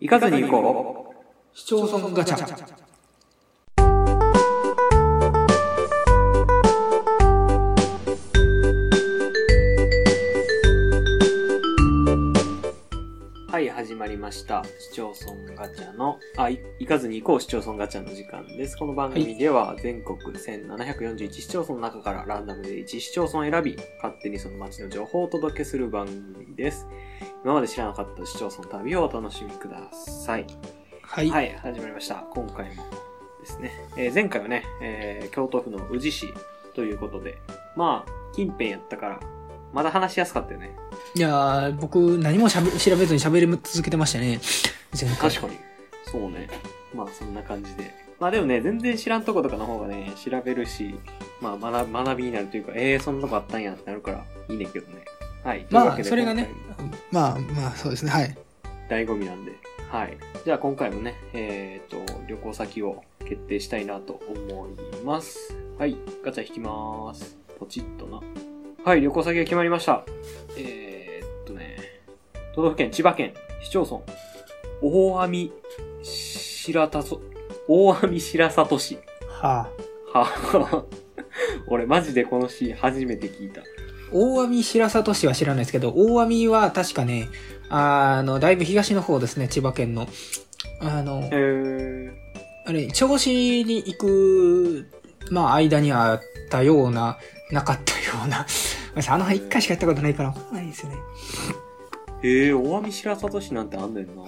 行かずに行こう市町村ガチャはい始まりました市町村ガチャのあい行かずに行こう市町村ガチャの時間ですこの番組では全国1741市町村の中からランダムで1市町村を選び勝手にその町の情報をお届けする番組です今まで知らなかった市町村の旅をお楽しみくださいはい。はい、始まりました。今回もですね。えー前回はね、えー京都府の宇治市ということで、まあ、近辺やったから、まだ話しやすかったよね。いやー僕、何もしゃべ調べずに喋り続けてましたね。前回。確かに。そうね。まあ、そんな感じで。まあでもね、全然知らんとことかの方がね、調べるし、まあ学、学びになるというか、えー、そんなとこあったんやってなるから、いいねんけどね。はい。というまわけあ、でそれがね今回、まあ、まあ、そうですね。はい。醍醐味なんで。はい。じゃあ今回もね、えっ、と、旅行先を決定したいなと思います。はい。ガチャ引きまーす。ポチッとな。はい、旅行先が決まりました。えー、っとね、都道府県千葉県、市町村、大網白田そ、大網白里市。はあ。は 俺マジでこの市初めて聞いた。大網白里市は知らないですけど、大網は確かね、あの、だいぶ東の方ですね、千葉県の。あのえ、ー、あれ、銚子に行く、まあ、間にあったような、なかったような。 ごめんなさいあの辺一回しかやったことないから、わかんないですよね。えー、大網白里市なんてあんねんな。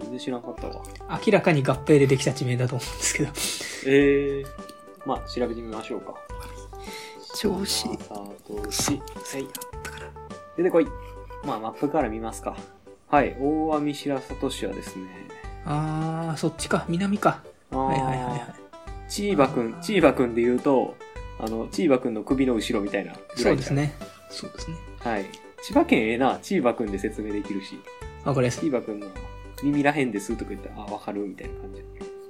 全然知らんかったわ。明らかに合併でできた地名だと思うんですけど。ええまあ、調べてみましょうか。調さ子あ、投資。はい。出てこい。まあ、マップから見ますか。はい。大網白里市はですね。あー、そっちか、南か。あはいはいはいはいー。チーバくん、チーバくんで言うと、あの、チーバくんの首の後ろみたいなぐそらういでちすゃね。そうですね。はい。千葉県ええな、チーバくんで説明できるし、わかりやすチい。ーバくんの耳らへんですとか言ったら、あ、わかるみたいな感じ。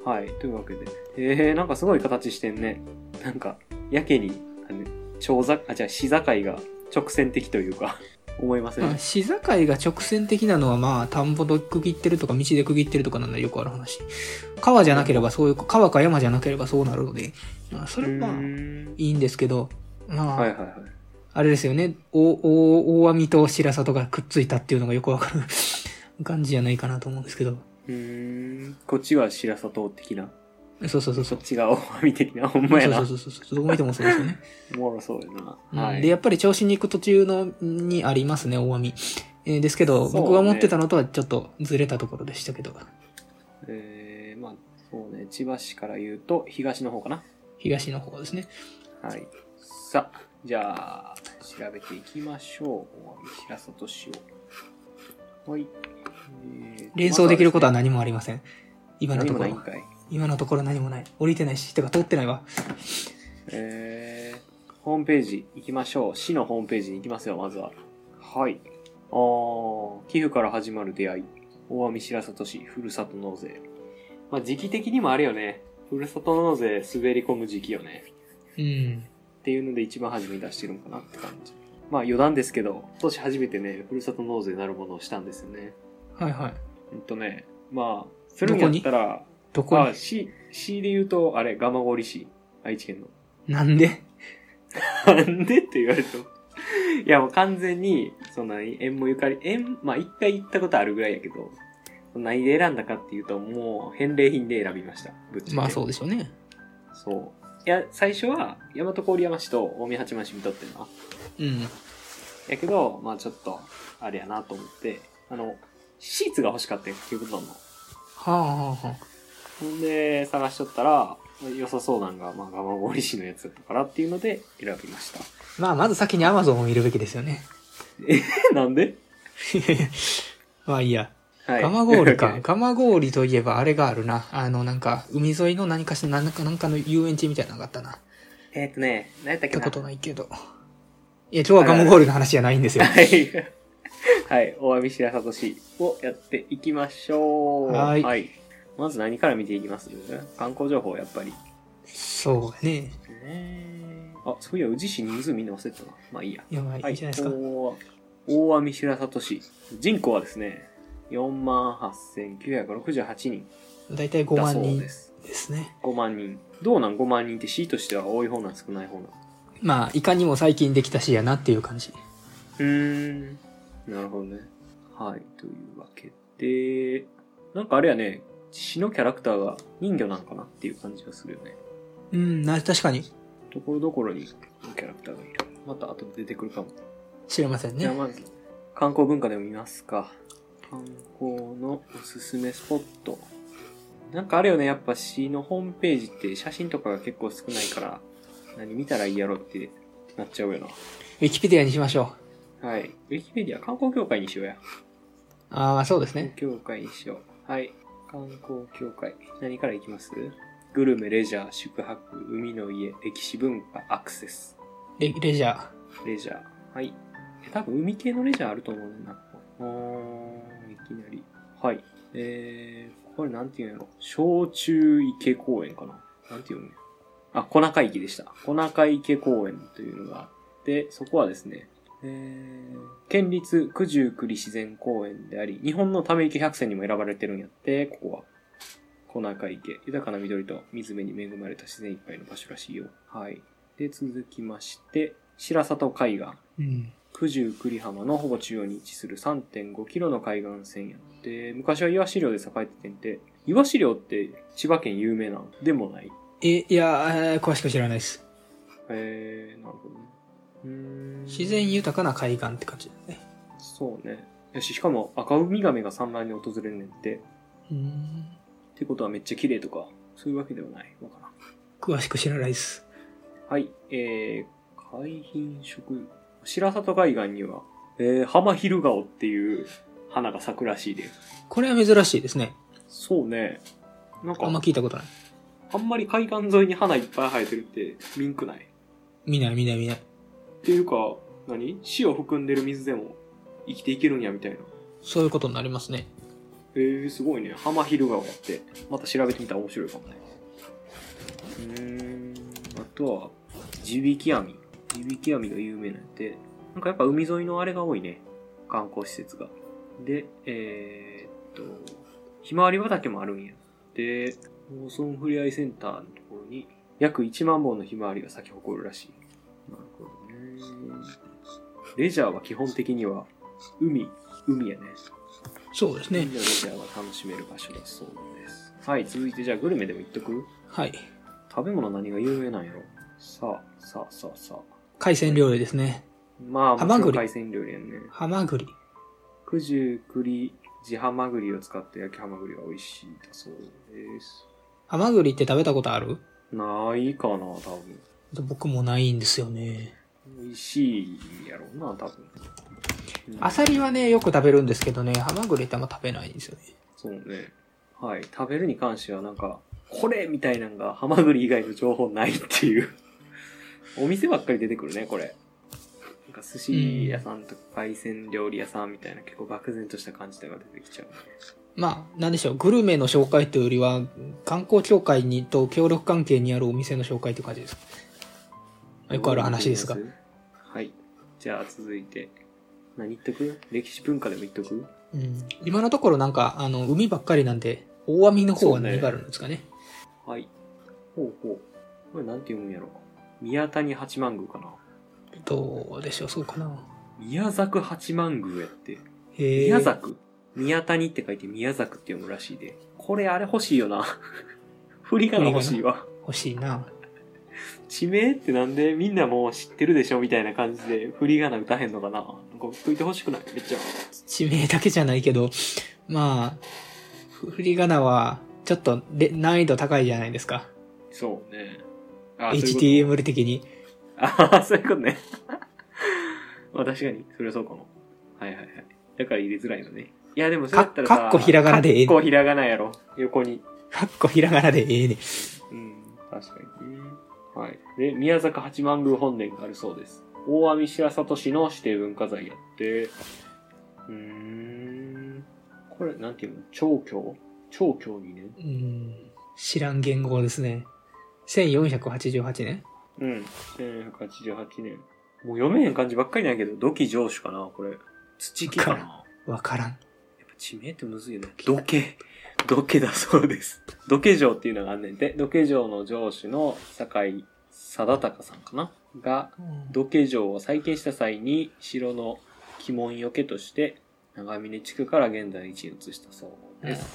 はい。というわけで。えー、なんかすごい形してんね。なんか、やけに、あの、小ざあ、じゃあ、市境が直線的というか、 思いません、まあ、市境が直線的なのはまあ、田んぼで区切ってるとか、道で区切ってるとかなんでよくある話。川じゃなければそういう、川か山じゃなければそうなるので、まあ、それはうまあ、ーんいいんですけど、まあ、はいはいはい。あれですよね、お、お、大網と白里がくっついたっていうのがよくわかる 感じじゃないかなと思うんですけど。うーん。こっちは白里的な。そうそうそうそそうっ。ちが大網的な。ほんまやな。そうそうそうそう。どこ見てもそうですよね。おもろそうやうんな。はい。で、やっぱり調子に行く途中の、にありますね、大網。えーですけど、そうね僕が持ってたのとはちょっとずれたところでしたけど、えー、まあ、そうね。千葉市から言うと、東の方かな。東の方ですね。はい。さあ、じゃあ、調べていきましょう。大網白里市を。はい。えーと連想できることは何もありません。今まずのはですね何もとこないんろ。かい。今のところ何もない。降りてないし、てか通ってないわ。えー、ホームページ行きましょう。市のホームページに行きますよ、まずは。はい。あー、寄付から始まる出会い。大網白里市、ふるさと納税。まあ、時期的にもあるよね。ふるさと納税滑り込む時期よね。うん。っていうので一番初めに出してるのかなって感じ。まあ余談ですけど、今年初めてね、ふるさと納税なるものをしたんですよね。はいはい。うんとね、まあ、するんやったら、どこまあ、に市、市で言うと、あれ、蒲郡市。愛知県の。なんでなんでって言われても。いや、もう完全に、そんなに縁もゆかり、縁、まあ一回行ったことあるぐらいやけど、何で選んだかっていうと、もう返礼品で選びました。ぶっちゃけ。まあそうでしょうね。そう。いや、最初は、大和郡山市と大宮八幡市見とってな。うん。やけど、まあちょっと、あれやなと思って、あの、シーツが欲しかったよ、いうことの。はあはあはあ。ほんで、探しとったら、良さそうなんが、まあ、ガマゴリ市のやつだったからっていうので選びました。 まあまず先に Amazon を見るべきですよね。 え、なんでまあいいや。はい。ガマゴーリという か。わガマゴーリといえばあれがあるな。あの、なんか、海沿いの何かしら、なんか、なんかの遊園地みたいなのがあったな。けで。えっ、とね、何やったっけ行ったなことないけど。いや、今日はガマゴーリの話じゃないんですよ。はい。 はい。大網白里市をやっていきましょう。はいまず何から見ていきます観光情報、やっぱり。そうね。ねあ、そういや、宇治市に湖見んな忘れてたな。まあいいや。やばい、はいいじゃないですか。大大網白里市。人口はですね、 48,968人だいたい5だそ万う人です。ですね。 5万人。どうなん ?5 万人って市としては多い方なん少ない方なんまあ、いかにも最近できたしやなっていう感じ。うーん。なるほどね。はい。というわけで、なんかあれやね、詩のキャラクターが人魚なんかなっていう感じがするよね。うん、な、確かに。ところどころにキャラクターがいる。また後で出てくるかも。知れませんじねゃあ。まず、観光文化でも見ますか。観光のおすすめスポット。なんかあれよね、やっぱ市のホームページって写真とかが結構少ないから、何見たらいいやろってなっちゃうよウィキペディアにしましょな。はい。ウィキペディア観光協会にしようや。う。ああ、そうですね。協会にしよう。はい。観光協会。何からいきますグルメ、レジャー、宿泊、海の家、歴史文化、アクセス、レレジャー。レジャー。はい。え多分海系のレジャーあると思うねんな。おー、いきなり。はい。えー、これなんていうんやろ。小中池公園かな。なんていうんや。あ、小中池でした。小中池公園というのがあって、そこはですね、えー、県立九十九里自然公園であり、日本のため池百選にも選ばれてるんやって、ここは。小中池。豊かな緑と水辺に恵まれた自然いっぱいの場所らしいよ。はい。で、続きまして、白里海岸。うん。九十九里浜のほぼ中央に位置する3.5キロの海岸線やって、昔は岩資料で栄えててんて、岩資料って千葉県有名なのでもない。え、いや、えー詳しく知らないです。えー、なるほどね。うーん。自然豊かな海岸って感じだね。そうね。よし、しかも赤ウミガメが産卵に訪れるねんって。うん。ってことはめっちゃ綺麗とか、そういうわけではない。わからん。詳しく知らないです。はい、えー、海浜食、白里海岸には、えー、浜昼顔っていう花が咲くらしいで。これは珍しいですね。そうね。なんか、あんま聞いたことない。あんまり海岸沿いに花いっぱい生えてるって、ミンクない。見ない見ない見ない。っていうか、何死を含んでる水でも生きていけるんや、みたいな。そういうことになりますね。えー、すごいね。浜昼顔って。また調べてみたら面白いかもね。うーん。あとは、地引き網。地引き網が有名なんで、なんかやっぱ海沿いのあれが多いね。観光施設が。で、えー、っと、ひまわり畑もあるんや。で、農村ふれあいセンターのところに、約1万本のひまわりが咲き誇るらしい。なるほどね。レジャーは基本的には、海、海やね。そうですねイン。ドレジャーが楽しめる場所だそうです。はい、続いてじゃあグルメでも言っとくはい。食べ物何が有名なんやろさあ、さあ、さあ、さあ。海鮮料理ですね。まあ、ハもマちグリろん海鮮料理やんね。ハマグリ。九十九里地ハマグリを使った焼きハマグリは美味しいだそうです。ハマグリって食べたことあるないかな、多分。僕もないんですよね。美味しいやろうな、多分。うんアサリはね、よく食べるんですけどね、ハマグリってあんま食べないんですよね。そうね。はい。食べるに関してはなんか、これみたいなんがハマグリ以外の情報ないっていう。お店ばっかり出てくるね、これ。なんか寿司屋さんとか海鮮料理屋さんみたいな結構漠然とした感じとか出てきちゃうね。まあ、なんでしょう、グルメの紹介というよりは、観光協会にと協力関係にあるお店の紹介という感じです。よくある話ですが。。はい。じゃあ続いて。何言っとく歴史文化でも言っとくうん、今のところなんか、あの、海ばっかりなんで、大網の方はそうね何があるんですかね。はい。ほうほう。これなんて読むんやろ宮谷八幡宮かなどうでしょう、そうかな。宮作八幡宮やって。へえ。宮崎宮谷って書いて宮崎って読むらしいで。これあれ欲しいよな。 振り仮名欲しいわ。欲しいな。地名ってなんでみんなもう知ってるでしょみたいな感じで振り仮名打たへんのかな。なんか吹いて欲しくないめっちゃ。地名だけじゃないけど、まあ、ふ振り仮名は、ちょっとれ難易度高いじゃないですか。そうね。あ HTML 的に。ああ、そういうことね。 まあ確かに、それはそうかも。はいはいはい。だから入れづらいのね。いやでもそれだったらさ、かかっこひらがなでええかっこひらがなやろ。横に。かっこひらがなでええね。うん、確かにね。はい。で、宮坂八幡宮本殿があるそうです。大網白里市の指定文化財やって、うーん、これ、なんていうの長教長教2年うん。知らん言語ですね。1488年うん。1188年。もう読めへん漢字ばっかりなんやけど、土器城主かなこれ。土木かなわからん。やっぱ地名ってむずいよね。土家。土家だそうです。土家城っていうのがあんねんて。土家城の城主の酒井貞隆さんかなが、土家城を再建した際に城の鬼門よけとして長峰地区から現代に移移したそうです。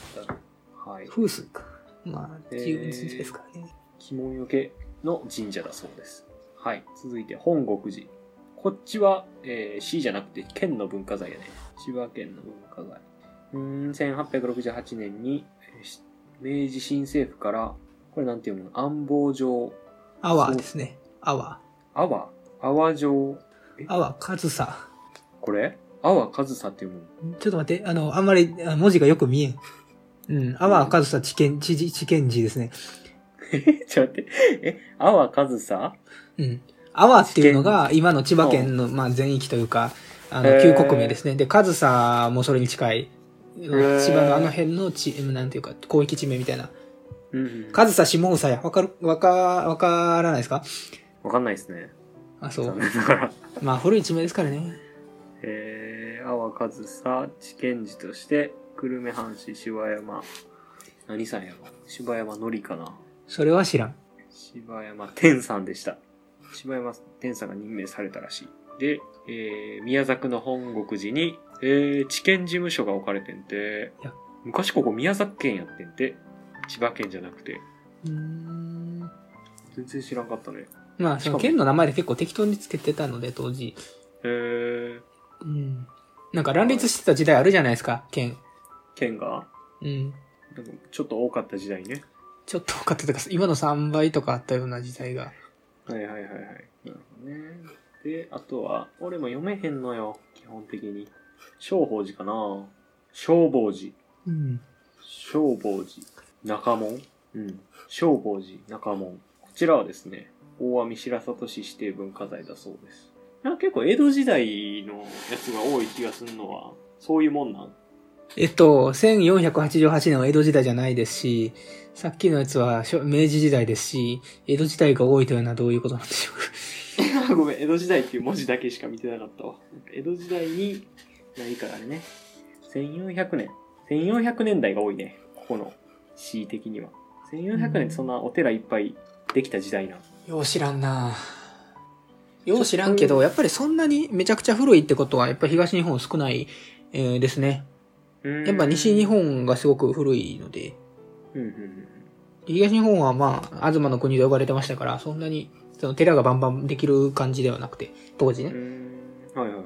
はい。風水か。まあ、えー自分ちですからね。鬼門よけの神社だそうです。はい。続いて本国寺。こっちは、えー、市じゃなくて県の文化財やね。千葉県の文化財。うーん、1868年に、えーし明治新政府から、これなんていうの安房城、アワーですね。アワ阿波、阿波城、ー。アワー、カズサ。これ阿波和沙っていうもん。ちょっと待って、あの、あんまりあ文字がよく見えん。うん、アワー、カズサ、知見、知知知見寺ですね。え ちょっと待って。え、阿波和沙うん。アワーっていうのが、今の千葉県の、まあ、全域というか、あへの、ー旧国名ですね。で、カズサもそれに近い。ー千葉のあの辺の地、なんていうか、広域地名みたいな。うんうん。カズサ、下草や。わかる、わか、わからないですかわかんないですね。あ、そ残う。念ながら。まあ、古い地名ですからね。えー、阿波和沙、知見寺として、久留米藩士、芝山、何さんやろ芝山のりかなそれは知らん。芝山天さんでした。芝山天さんが任命されたらしい。で、えー、宮崎の本国寺に、えー、知見事務所が置かれてんていや、昔ここ宮崎県やってんて、千葉県じゃなくて、うーん。全然知らんかったね。まあ、その県の名前で結構適当につけてたので、当時。えー、うん。なんか乱立してた時代あるじゃないですか、県。県が、うん。なんかちょっと多かった時代ね。ちょっと多かったとか、今の3倍とかあったような時代が。はいはいはいはい。なるほどね。で、あとは、俺も読めへんのよ、基本的に。小法寺かな小法寺。うん。小法寺。中門うん。小法寺、中門。こちらはですね、大網白里市指定文化財だそうです。なんか結構江戸時代のやつが多い気がするのは、そういうもんなんえっと、1488年は江戸時代じゃないですし、さっきのやつはしょ明治時代ですし、江戸時代が多いというのはどういうことなんでしょうあ ごめん、江戸時代っていう文字だけしか見てなかったわ。なんか江戸時代に、ないからあれね。1400年。1400年代が多いね。ここの、市的には。1400年ってそんなお寺いっぱいできた時代な。か。 よう知らんなよう知らんけど、やっぱりそんなにめちゃくちゃ古いってことは、やっぱり東日本少ない、えーですね。やっぱ西日。本がすごく古いので、うんうんうん。東日本はまあ、東の国で呼ばれてましたから、そんなに、その寺がバンバンできる感じではなくて、当時うね。ーんはいはいはい。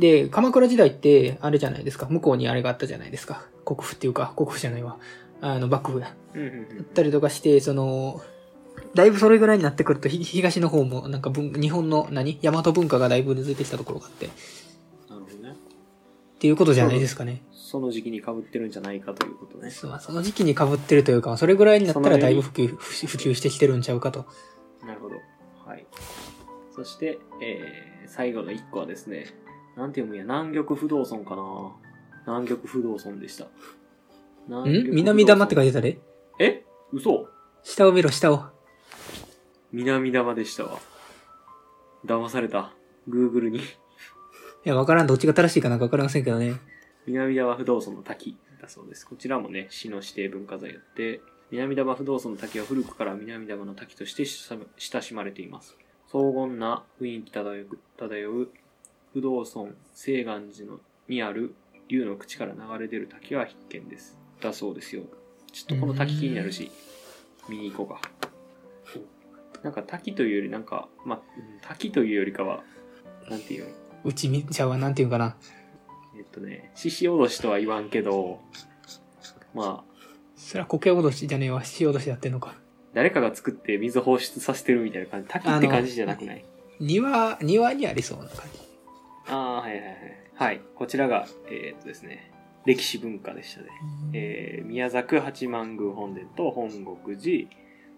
で、鎌倉時代って、あれじゃないですか、向こうにあれがあったじゃないですか。国府っていうか、国府じゃないわ。あの、幕府だ。うんうんうんだったりとかして、その、だいぶそれぐらいになってくると、ひ東の方も、なんか文、日本の何、大和文化がだいぶ根付いてきたところがあって、っなるほどね。ていうことじゃないですかね。その時期に被ってるんじゃないかということね。まあ、その時期に被ってるというか、それぐらいになっそたのらよりだいぶ普及、普普及してきてるんちゃうかと。なるほど。はい。そして、えー、最後の1個はですね、なんて読むんや、南玉不動尊かな南玉不動尊でした。ん南玉って書いいてたでてえ嘘下を見ろ、下を。南玉でしたわ。騙された。Google に。いや、わからん。どっちが正しいかなんかわかりませんけどね。南玉不動尊の滝だそうです。こちらもね、市の指定文化財やって、南玉不動尊の滝は古くから南玉の滝として親しまれています。荘厳な雰囲気漂う漂う不動尊清願寺のにある竜の口から流れ出る滝は必見です。だそうですよ。ちょっとこの滝気になるし、見に行こうか。なんか滝というよりなんか、まあ、うん滝というよりかは、なんていうのうちみちゃうわ、なんていうんかな。えっとね、獅子おろしとは言わんけど、まあ、そりゃ苔おどしじゃねえわ、塩おどしやってんのか。誰かが作って水放出させてるみたいな感じ、滝って感じじゃなくない庭、庭にありそうな感じ。ああ、はいはいはい。はい、こちらが、えーっとですね、歴史文化でしたね。えー宮崎八幡宮本殿と本国寺、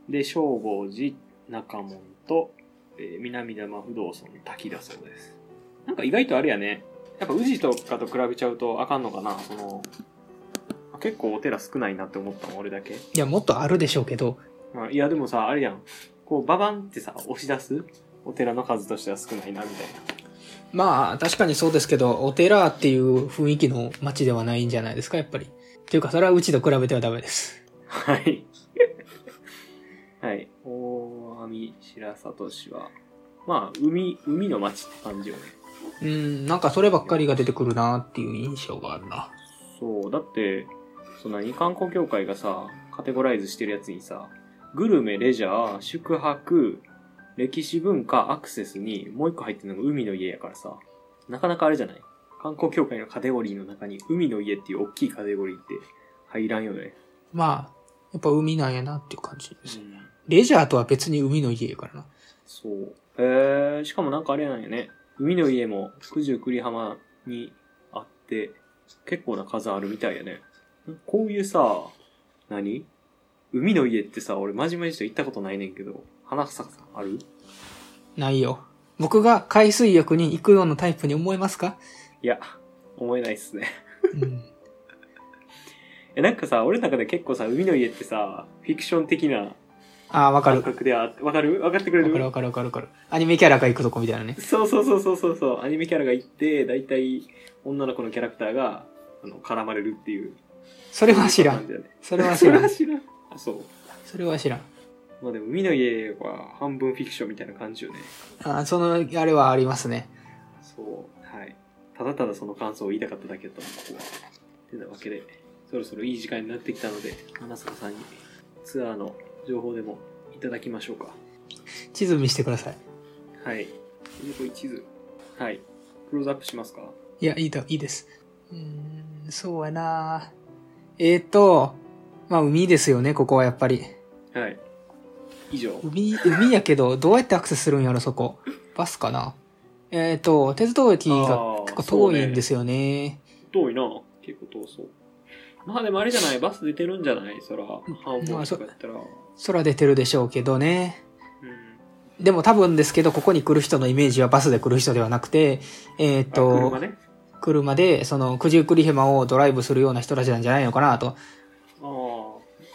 で、正法寺、中門と、えー南玉不動尊の滝だそうです。なんか意外とあれやね、やっぱ宇治とかと比べちゃうとあかんのかな、その、あ結構お寺少ないなって思ったの、俺だけ。いや、もっとあるでしょうけど、まあ、いや、でもさ、あれやん。こう、ババンってさ、押し出すお寺の数としては少ないな、みたいな。まあ、確かにそうですけど、お寺っていう雰囲気の街ではないんじゃないですか、やっぱり。っていうか、それはうちと比べてはダメです。はい。はい。大網白里市は、まあ、海、海の町って感じよね。うん、なんかそればっかりが出てくるなっていう印象があるな。そう、だって、その何観光協会がさ、カテゴライズしてるやつにさ、グルメ、レジャー、宿泊、歴史文化、アクセスにもう一個入ってるのが海の家やからさ、なかなかあれじゃない観光協会のカテゴリーの中に海の家っていう大きいカテゴリーって入らんよね。まあ、やっぱ海なんやなっていう感じです。レジャーとは別に海の家やからな。そう。へえー、しかもなんかあれなんよね。海の家も九十九里浜にあって、結構な数あるみたいやね。こういうさ、何海の家ってさ、俺真面目にして行ったことないねんけど、花咲さんあるないよ。僕が海水浴に行くようなタイプに思えますかいや、思えないっすね。うん。 え、なんかさ、俺の中で結構さ、海の家ってさ、フィクション的なああ、わか感る。覚であわかるわかってくれわかるるわかるわかるわかる。アニメキャラが行くとこみたいなね。そうそうそうそうそうそう、アニメキャラが行って、だいたい女の子のキャラクターが、あの、絡まれるっていう。それは知ら感ん。じやねそれは知らん。知らん。あ、そう。それは知らん。まあでも、海の家は半分フィクションみたいな感じよね。ああ、その、あれはありますね。そう。はい。ただただその感想を言いたかっただけだと思う、ここは。てなわけで、そろそろいい時間になってきたので、花坂さんにツアーの情報でもいただきましょうか。地図見してください。はい。これ地図。はい。クローズアップしますかいや、いいと、いいです。うーん、そうやなえっ、ー、と、まあ、海ですよね、ここはやっぱり。はい。以上。海、海やけど、どうやってアクセスするんやろ、そこ。バスかなえっ、ー、と、鉄道駅が結構遠いんですよね。遠いな。結構遠そう。まあでもあれじゃないバス出てるんじゃないそら、半分とかやったら。空出てるでしょうけどね。うん。でも多分ですけど、ここに来る人のイメージはバスで来る人ではなくて、えっ、ー、あと、車ね。車で、その、九十九里浜をドライブするような人たちなんじゃないのかなと。あ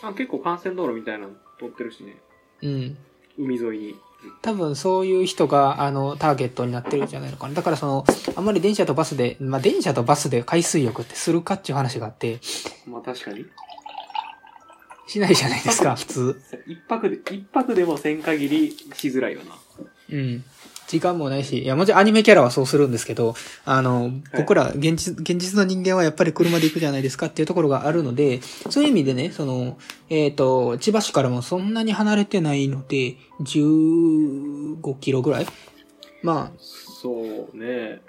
あ。あ結構幹線道路みたいなの通ってるしね。うん。海沿いに。多分そういう人が、あの、ターゲットになってるんじゃないのかな。だからその、あんまり電車とバスで、まあ、電車とバスで海水浴ってするかっていう話があって、まあ確かに。しないじゃないですか、普通。一泊で、一泊でもせん限りしづらいよな。うん。時間もないし、いや、もちろんアニメキャラはそうするんですけど、あの、僕ら、現実、現実の人間はやっぱり車で行くじゃないですかっていうところがあるので、そういう意味でね、その、えっ、と、千葉市からもそんなに離れてないので、15キロぐらいまあ、そうね。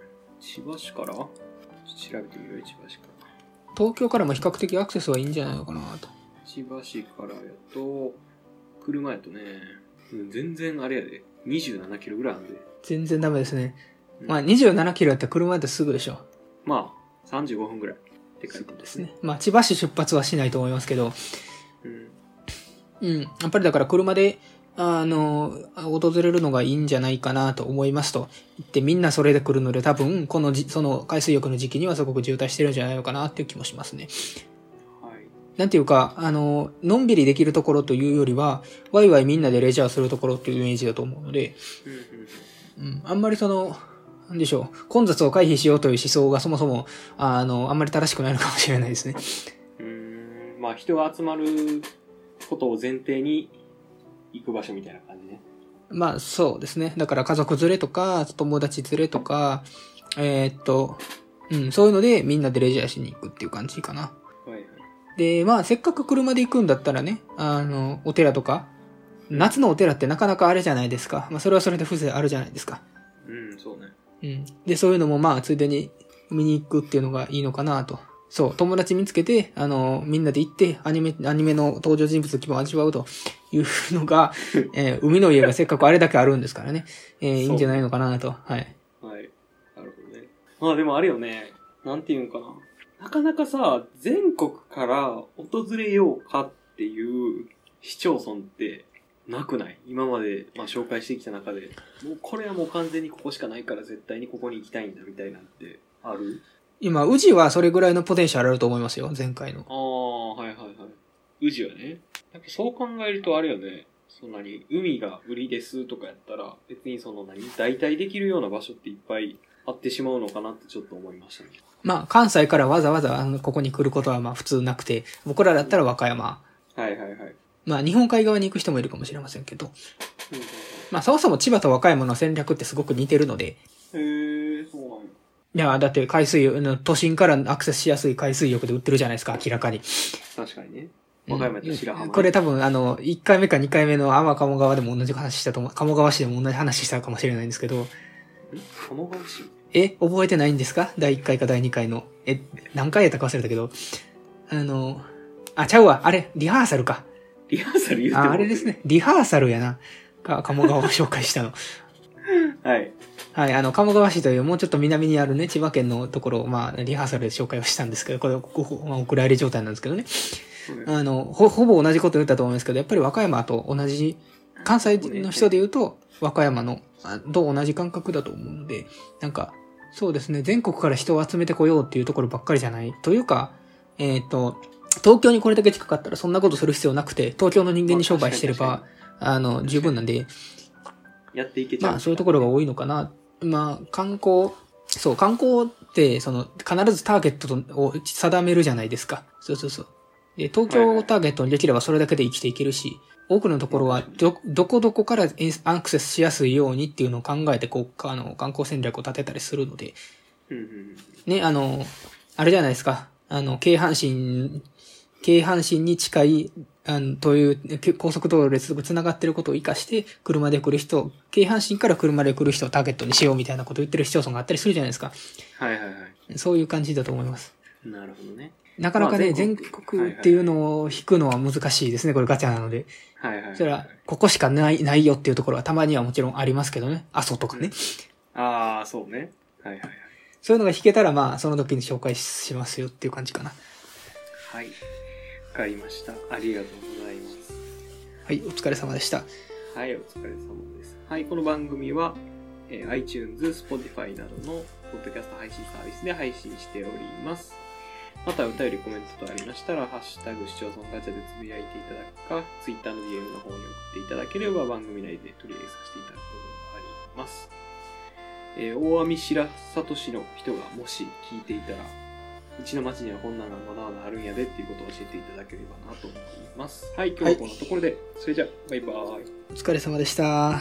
千葉市からちょっと調べてみよう、千葉市から。東京からも比較的アクセスはいいんじゃないのかなと。千葉市からやと、車やとね、うん全然あれやで。27キロぐらいあるんで。全然ダメですね。うんまあ、27キロやったら車ってすぐでしょ。まあ、35分ぐらいって感じですね。ね。まあ、千葉市出発はしないと思いますけど、うん。うん。やっぱりだから車で、あの、訪れるのがいいんじゃないかなと思いますと。言ってみんなそれで来るので多分、このじ、その海水浴の時期にはすごく渋滞してるんじゃないのかなっていう気もしますね。はい。なんていうか、あの、のんびりできるところというよりは、ワイワイみんなでレジャーするところっていうイメージだと思うので、うんうんうん、あんまりその、なんでしょう、混雑を回避しようという思想がそもそも、あの、あんまり正しくないのかもしれないですね。 うーんまあ人が集まることを前提に行く場所みたいな感じね。まあ、そうですね。だから家族連れとか、友達連れとか、えーっと、うん、そういうのでみんなでレジャーしに行くっていう感じかな。はいはい。で、まあ、せっかく車で行くんだったらね、あの、お寺とか、夏のお寺ってなかなかあれじゃないですか。まあ、それはそれで風情あるじゃないですか。うん、そうね。うん。で、そういうのもまあ、ついでに見に行くっていうのがいいのかなと。そう、友達見つけて、あの、みんなで行って、アニメ、アニメの登場人物の気分を味わうというの が、えー海の家がせっかくあれだけあるんですからね。えーいいんじゃないのかなと。はい。はい。なるほどね。まあでもあれよね。なんていうんかな。なかなかさ、全国から訪れようかっていう市町村ってなくない今まで、まあ、紹介してきた中で。もうこれはもう完全にここしかないから絶対にここに行きたいんだみたいなんてある今、宇治はそれぐらいのポテンシャルあると思いますよ、前回の。ああ、はいはいはい。宇治はね。なんかそう考えるとあれよね。そんなに海が売りですとかやったら、別にその何、代替できるような場所っていっぱいあってしまうのかなってちょっと思いましたね。まあ、関西からわざわざあのここに来ることはまあ普通なくて、僕らだったら和歌山、はいはいはい。まあ日本海側に行く人もいるかもしれませんけど、まあそもそも千葉と和歌山の戦略ってすごく似てるので、へえー、そうなんや。いや、だって海水浴、あの都心からアクセスしやすい海水浴で売ってるじゃないですか、明らかに。確かにね。和歌山と白浜、うんこれ、多分あの、1回目か2回目の天鴨川でも同じ話したと思う、鴨川市でも同じ話したかもしれないんですけど、鴨川市え、覚えてないんですか第1回か第2回の。え、何回やったか忘れたけど、あの、あ、ちゃうわ、あれ、リハーサルか。リハーサル言うてもあ、あれです。ね、リハーサルやな。か、鴨川を紹介したの。 はい。はい、あの、鴨川市というもうちょっと南にあるね、千葉県のところを、まあ、リハーサルで紹介をしたんですけど、これ、ここまあ、お蔵入れ状態なんですけどね。あの、ほ、ほぼ同じこと言ったと思うんですけど、やっぱり和歌山と同じ、関西の人で言うと、和歌山の、あと同じ感覚だと思うので、なんか、そうですね、全国から人を集めてこようっていうところばっかりじゃない。というか、えっ、と、東京にこれだけ近かったらそんなことする必要なくて、東京の人間に商売してれまあば確、あの、十分なんで、やっていけちゃう。まあそういうところが多いのかな。まあ観光、そう、観光って、その、必ずターゲットとを定めるじゃないですか。そうそうそう。で、東京をターゲットにできればそれだけで生きていけるし、多くのところは、ど、どこどこからエンアクセスしやすいようにっていうのを考えて、こう、あの、観光戦略を立てたりするので、うんうんね、あの、あれじゃないですか。あの、京阪神、京阪神に近い、あの、というき高速道路で繋がってることを活かして、車で来る人、京阪神から車で来る人をターゲットにしようみたいなことを言ってる市町村があったりするじゃないですか。うん。はいはいはい。そういう感じだと思います。なるほどね。なかなかね、まあ全全国国っていうのを引くのは難しいですね。これガチャなので。はいはいはい。そしたら、ここしかない、ないよっていうところはたまにはもちろんありますけどね。阿蘇とかね。ああ、そうね。はいはいはい。そういうのが引けたら、まあ、その時に紹介しますよっていう感じかな。はい。わかりました。ありがとうございます。はい、お疲れ様でした。はい、お疲れ様です。はい、この番組は、えー iTunes、Spotify などのポッドキャスト配信サービスで配信しております。また、お便り、コメント等ありましたら、ハッシュタグ、視聴者ガチャでつぶやいていただくか、Twitter の DM の方に送っていただければ、番組内で取り上げさせていただくことがあります。えー大網白里市の人がもし聞いていたら、うちの町にはこんなのがまだまだあるんやでっていうことを教えていただければなと思います。はい、今日はこんなところで、それじゃあ、バイバーイ。お疲れ様でした。